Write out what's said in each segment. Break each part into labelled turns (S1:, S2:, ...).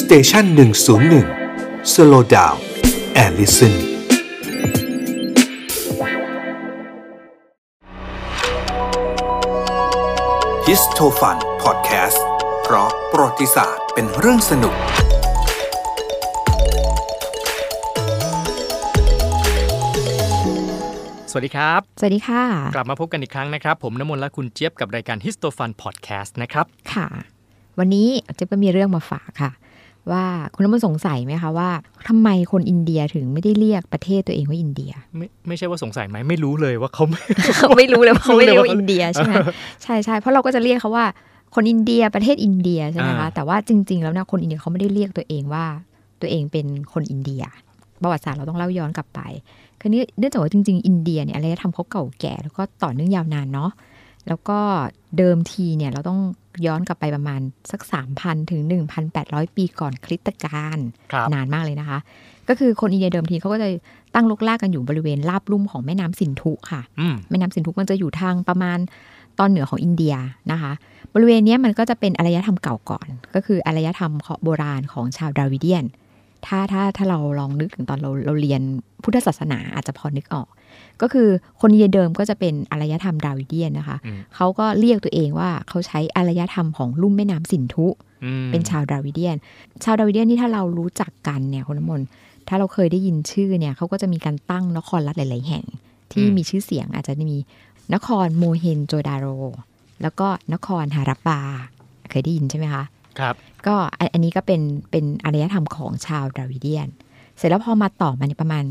S1: สเตชันหนึ่งศูนย์หนึ่งสโลดาวแอลลิสัน ฮิสโทฟันพอดแคสต์เพราะประวัติศาสตร์เป็นเรื่องสนุก
S2: สวัสดีครับ
S3: สวัสดีค่ะ
S2: กลับมาพบกันอีกครั้งนะครับ ผมน้ำมนต์และคุณเจี๊ยบกับรายการ h i s t o f u n Podcast นะครับ
S3: ค่ะ วันนี้เจ๊ยบก็มีเรื่องมาฝากค่ะ ว่าคุณน้ำมนต์สงสัยไหมคะว่าทำไมคนอินเดียถึงไม่ได้เรียกประเทศตัวเองว่าอินเดีย
S2: ไม่ไม่ใช่ว่าสงสัยไหมไม่รู้เลยว่า เขา
S3: เขาไม่รู้เลยว่าเขาไม่
S2: รู้
S3: ได้
S2: เลย
S3: เรี
S2: ว่า
S3: ยกว่าอินเดียใช่ไหมใช่ใช่เพราะเราก็จะเรียกเขาว่าคนอินเดียประเทศอินเดียใช่ไหม
S2: อ่า
S3: คะแต่ว่าจริง ๆ แล้วเนะคนอินเดียเขาไม่ได้เรียกตัวเองว่าตัวเองเป็นคนอินเดีย ประวัติศาสตร์เราต้องเล่าย้อนกลับไปคือนี้เนื่องจากว่าจริง ๆ อินเดียเนี่ยอารยธรรมเขาเก่าแก่แล้วก็ต่อเนื่องยาวนานเนาะแล้วก็เดิมทีเนี่ยเราต้องย้อนกลับไปประมาณสัก 3,000 ถึง 1,800 ปีก่อนคริสตกาล
S2: ครับ
S3: นานมากเลยนะคะ ก็คือคนอินเดียเดิมทีเขาก็จะตั้งลกลากกันอยู่บริเวณราบลุ่มของแม่น้ำสินธุค่ะ
S2: อืม
S3: แม่น้ำสินธุมันจะอยู่ทางประมาณตอนเหนือของอินเดียนะคะ บริเวณเนี้ยมันก็จะเป็นอารยธรรมเก่าก่อน ก็คืออารยธรรมของโบราณของชาวดาวิเดียน ถ้าถ้าถ้าเราลองนึกถึงตอนเราเราเรียนพุทธศาสนาอาจจะพอนึกออก ก็คือคนอินเดียเดิมก็จะเป็นอารยธรรมดาวิเดียนนะคะ
S2: อืม
S3: เขาก็เรียกตัวเองว่าเขาใช้อารยธรรมของลุ่มแม่น้ำสินธุ
S2: อืม
S3: เป็นชาวดาวิเดียน ชาวดาวิเดียนนี่ถ้าเรารู้จักกันเนี่ยคุณน้ำมนต์ถ้าเราเคยได้ยินชื่อเนี่ยเขาก็จะมีการตั้งนครรัฐหลาย ๆ แห่ง ที่มีชื่อเสียงอาจจะมีนครโมเฮนโจดาโร แล้วก็นครฮารัปปา เคยได้ยินใช่ไหมคะ
S2: ครับ
S3: ก็อันอันนี้ก็เป็นเป็นอารยธรรมของชาวดาวิเดียน เสร็จแล้วพอมาต่อมาในประมาณ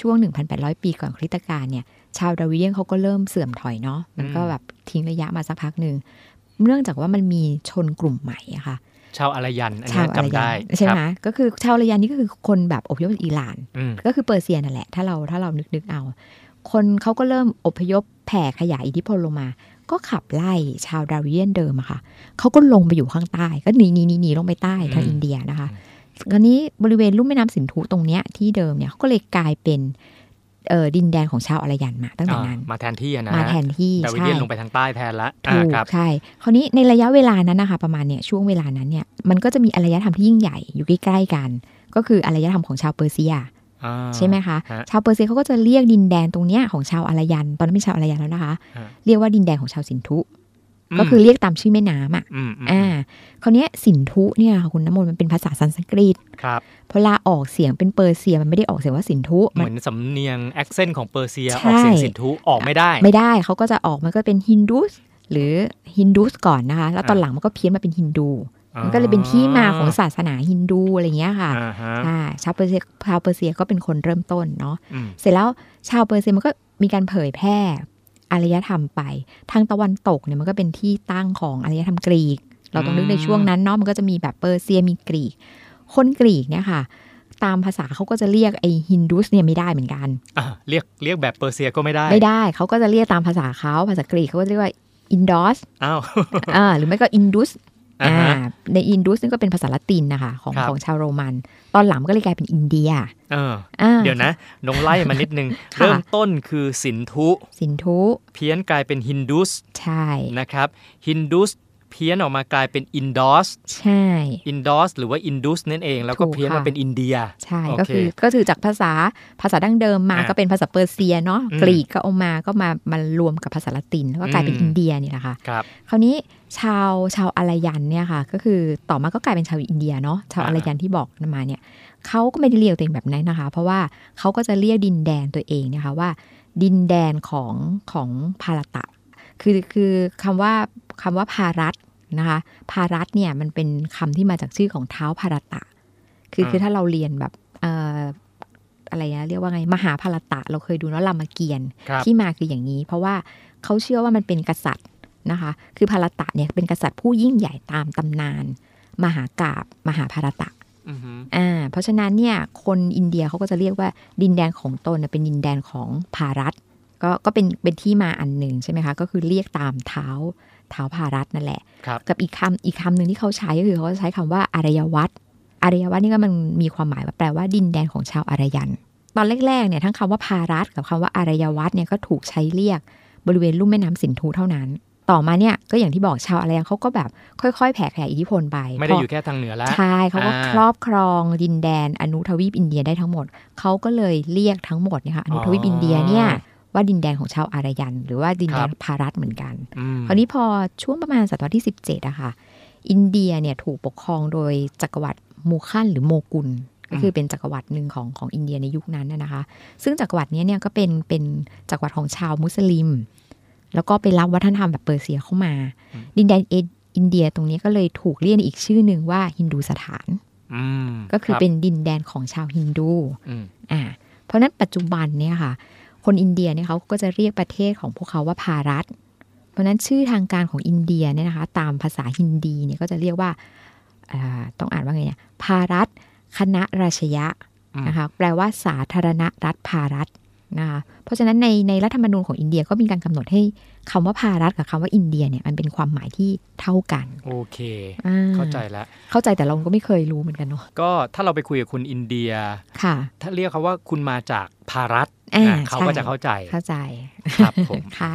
S3: ช่วง 1,800 ปีก่อนคริสตกาลเนี่ยชาวดาวิเดียนเขาก็เริ่มเสื่อมถอยเนาะมันก็
S2: อืม
S3: แบบทิ้งระยะมาสักพักหนึ่งเนื่องจากว่ามันมีชนกลุ่มใหม่อะค่ะ
S2: ชาวอารยันอัน
S3: ชาว
S2: นี้
S3: อาร
S2: จำได้
S3: ยันใช่
S2: ค
S3: ไหม
S2: รับ
S3: ก็คือชาวอารยันนี่ก็คือคนแบบอพยพจากอิหร่าน
S2: อืม
S3: ก็คือเปอร์เซียนั่นแหละ ถ้าเราถ้าเรานึกนึกเอา คนเขาก็เริ่มอพยพแผ่ขยายอิทธิพลลงมา ก็ขับไล่ชาวดาวิเดียนเดิมอะค่ะเขาก็ลงไปอยู่ข้างใต้ ก็หนีหนีหนีหนีลงไปใต้ทางอินเดียนะคะคราวนี้บริเวณลุ่มแม่น้ำสินธุตรงเนี้ยที่เดิมเนี่ยเขาก็เลยกลายเป็นเอ่อดินแดนของชาวอารยันมาตั้งแต่
S2: อ่า
S3: นั้น
S2: มาแทนที่อะนะ
S3: มาแทนที่
S2: ดาวิ
S3: ใช่
S2: เดียนลงไปทางใต้แทนละ
S3: ถู
S2: อ่าก ครับ
S3: ใช่คราวนี้ในระยะเวลานั้นนะคะประมาณเนี่ยช่วงเวลานั้นเนี่ยมันก็จะมีอารยธรรมที่ยิ่งใหญ่อยู่ใกล้ๆกัน ก็คืออารยธรรมของชาวเปอร์เซีย
S2: อ่า
S3: ใช่ไหมคะ
S2: ฮะ
S3: ชาวเปอร์เซียเขาก็จะเรียกดินแดนตรงเนี้ยของชาวอารยัน ตอนนั้นเป็นชาวอารยันแล้วนะคะ
S2: ฮะ
S3: เรียกว่าดินแดนของชาวสินธุ
S2: ม
S3: ก็คือเรียกตามชื่อแม่น้ำอ่ะ
S2: อืมอืม
S3: อ่าคราวเนี้ยสินธุเนี่ยค่ะคุณน้ำมนต์มันเป็นภาษาสันสกฤต
S2: ครับ
S3: พอลาออกเสียงเป็นเปอร์เซียมันไม่ได้ออกเสียงว่าสินธุ
S2: เห
S3: มั
S2: มือ
S3: น
S2: นสำเนียงแอคเซนต์ของเปอร์เซีย
S3: ใช่
S2: ออกเสียงสินธุออกไม่ได้
S3: ไม่ได้เขาก็จะออกมันก็เป็นฮินดูสหรือฮินดูสก่อนนะคะ แล้วตอนหลังมันก็เพี้ยนมาเป็นฮินดู มันก็เลยเป็นที่มาของศาสนาฮินดูอะไรอย่างเงี้ยค่ะ
S2: อ่าฮะ
S3: อ่าชาวเปอร์เซียชาวเปอร์เซียก็เป็นคนเริ่มต้นเนาะ
S2: อืม
S3: เสร็จแล้วชาวเปอร์เซียมันก็มีการเผยแพร่อารยธรรมไป ทางตะวันตกเนี่ยมันก็เป็นที่ตั้งของอารยธรรมกรีก เราต้องนึกในช่วงนั้นเนาะมันก็จะมีแบบเปอร์เซียมีกรีก คนกรีกเนี่ยค่ะ ตามภาษาเขาก็จะเรียกไอฮินดูสเนี่ยไม่ได้เหมือนกัน
S2: อ่าเรียกเรียกแบบเปอร์เซียก็ไม่ได้
S3: ไม่ได้เขาก็จะเรียกตามภาษาเขาภาษากรีกเขาก็เรียกว่าอินดอส
S2: อ้าว
S3: อ่าหรือไม่ก็อินดุส
S2: อ่า
S3: อ่า
S2: ฮะ
S3: ในอินดุสนี่ก็เป็นภาษาละตินนะคะของ
S2: ครับ
S3: ของชาวโรมัน ตอนหลังก็เลยกลายเป็นอินเดีย
S2: เออ
S3: อ่า
S2: เดี๋ยวนะนงไล่มานิดนึง
S3: ค่ะ
S2: เริ่มต้นคือสินธุ
S3: สินธุ
S2: เพี้ยนกลายเป็นฮินดูส
S3: ใช่
S2: นะครับฮินดูสเพี้ยนออกมากลายเป็นอินดอส
S3: ใช่
S2: อินดอสหรือว่าอินดูสนั่นเอง แล้วก็เพี้ยนมาเป็นอินเดีย
S3: ใช่
S2: โอเค
S3: ก็คือก็คือจากภาษาภาษาดั้งเดิมมา
S2: อ่ะ
S3: ก็เป็นภาษาเปอร์เซียเนาะ
S2: อืม
S3: กรีกก็เอามาก็มามารวมกับภาษาละติน แล้วก็กลายเป็น
S2: อืม
S3: อินเดียนี่แหละค่ะ
S2: ครับ
S3: คราวนี้ชาวชาวอารยันเนี่ยค่ะ ก็คือต่อมาก็กลายเป็นชาวอินเดียเนาะชาวอารยันที่บอกมาเนี่ยเขาก็ไม่ได้เรียกตัวเองแบบนั้นนะคะ เพราะว่าเขาก็จะเรียกดินแดนตัวเองนะคะว่า ดินแดนของของภารตะ คือคือคำว่าคำว่าภารัตนะคะภารัตเนี่ยมันเป็นคำที่มาจากชื่อของเท้าภารตะ คือคือถ้าเราเรียนแบบเอ่ออะไรนะเรียกว่าไงมหาภารตะ เราเคยดูเนาะรามเกียรติ
S2: ครับ
S3: ที่มาคืออย่างนี้ เพราะว่าเขาเชื่อว่ามันเป็นกษัตริย์นะคะ คือพารตะเนี่ยเป็นกษัตริย์ผู้ยิ่งใหญ่ตามตำนาน มหากาบมหาพารตะ
S2: อือหือ
S3: อ่าเพราะฉะนั้นเนี่ยคนอินเดียเขาก็จะเรียกว่าดินแดนของตนน่ะเป็นดินแดนของพารัตก็ก็เป็นเป็นที่มาอันหนึ่งใช่ไหมคะ ก็คือเรียกตามเท้าเท้าพารัตนั่นแหละ
S2: ครับ
S3: กับอีกคำอีกคำหนึ่งที่เขาใช้ก็คือเขาใช้คำว่าอารยวัตรอารยวัตรนี่ก็มันมีความหมายว่าแปลว่าดินแดนของชาวอารยัน ตอนแรกๆเนี่ยทั้งคำว่าพารัตกับคำว่าอารยวัตรเนี่ยก็ถูกใช้เรียกบริเวณลุ่มแม่น้ำสินธุเท่านั้น ต่อมาเนี่ยก็อย่างที่บอกชาวอาระยันเขาก็แบบค่อยๆ แผ่ขยายอิทธิพลไป
S2: ไม่ได้
S3: พ
S2: อยู่แค่ทางเหนือแล้ว
S3: ใช่เขาก็
S2: อ่า
S3: ครอบครองดินแดนอนุทวีปอินเดียได้ทั้งหมด เขาก็เลยเรียกทั้งหมดเนยคะอนุทวีปอินเดียเนี่ยว่าดินแดนของชาวอารยัน หรือว่าดินแดน
S2: ครับ
S3: พารัตเหมือนกัน
S2: อืม
S3: คราวนี้พอช่วงประมาณศตวรรษที่ 17อะค่ะ อินเดียเนี่ยถูกปกครองโดยจักรวรรดิมูคันหรือโมกุล ก็คือเป็นจักรวรรดิหนึ่งของของอินเดียในยุคนั้นนะนะคะ ซึ่งจักรวรรดิเนี้ยเนี่ยก็เป็นเป็นจักรวรรดิของชาวมุสลิม แล้วก็ไปรับวัฒนธรรมแบบเปอร์เซียเข้ามา ดินแดนเออินเดียตรงนี้ก็เลยถูกเรียกในอีกชื่อหนึ่งว่าฮินดูสถาน
S2: อืม
S3: ก็คือ
S2: รับ
S3: เป็นดินแดนของชาวฮินดู
S2: อืม
S3: อ่าเพราะฉะนั้นปัจจุบันเนี่ยค่ะ คนอินเดียเนี่ยเขาก็จะเรียกประเทศของพวกเขาว่าภารัฐ เพราะฉะนั้นชื่อทางการของอินเดียเนี่ยนะคะ ตามภาษาฮินดีเนี่ยก็จะเรียกว่าอ่าต้องอ่านว่าไงเนี่ยภารัฐคณะราชยะนะคะแปลว่าสาธารณรัฐภารัฐนะคะเพราะฉะนั้นในในรัฐธรรมนูญของอินเดียก็มีการกำหนดให้คำว่าภารัฐกับคำว่าอินเดียเนี่ยมันเป็นความหมายที่เท่ากัน
S2: โอเค
S3: อ่
S2: เข้าใจแล้ว
S3: เข้าใจแต่เราก็ไม่เคยรู้เหมือนกันเนาะ
S2: ก็ถ้าเราไปคุยกับคุณอินเดีย
S3: ค่ะ
S2: ถ้าเรียกเขาว่าคุณมาจากภารัฐ
S3: อ่า
S2: นะเขาก็
S3: ใช่
S2: จะเข้าใจ
S3: เข้าใจ
S2: ครับผม
S3: ค่ะ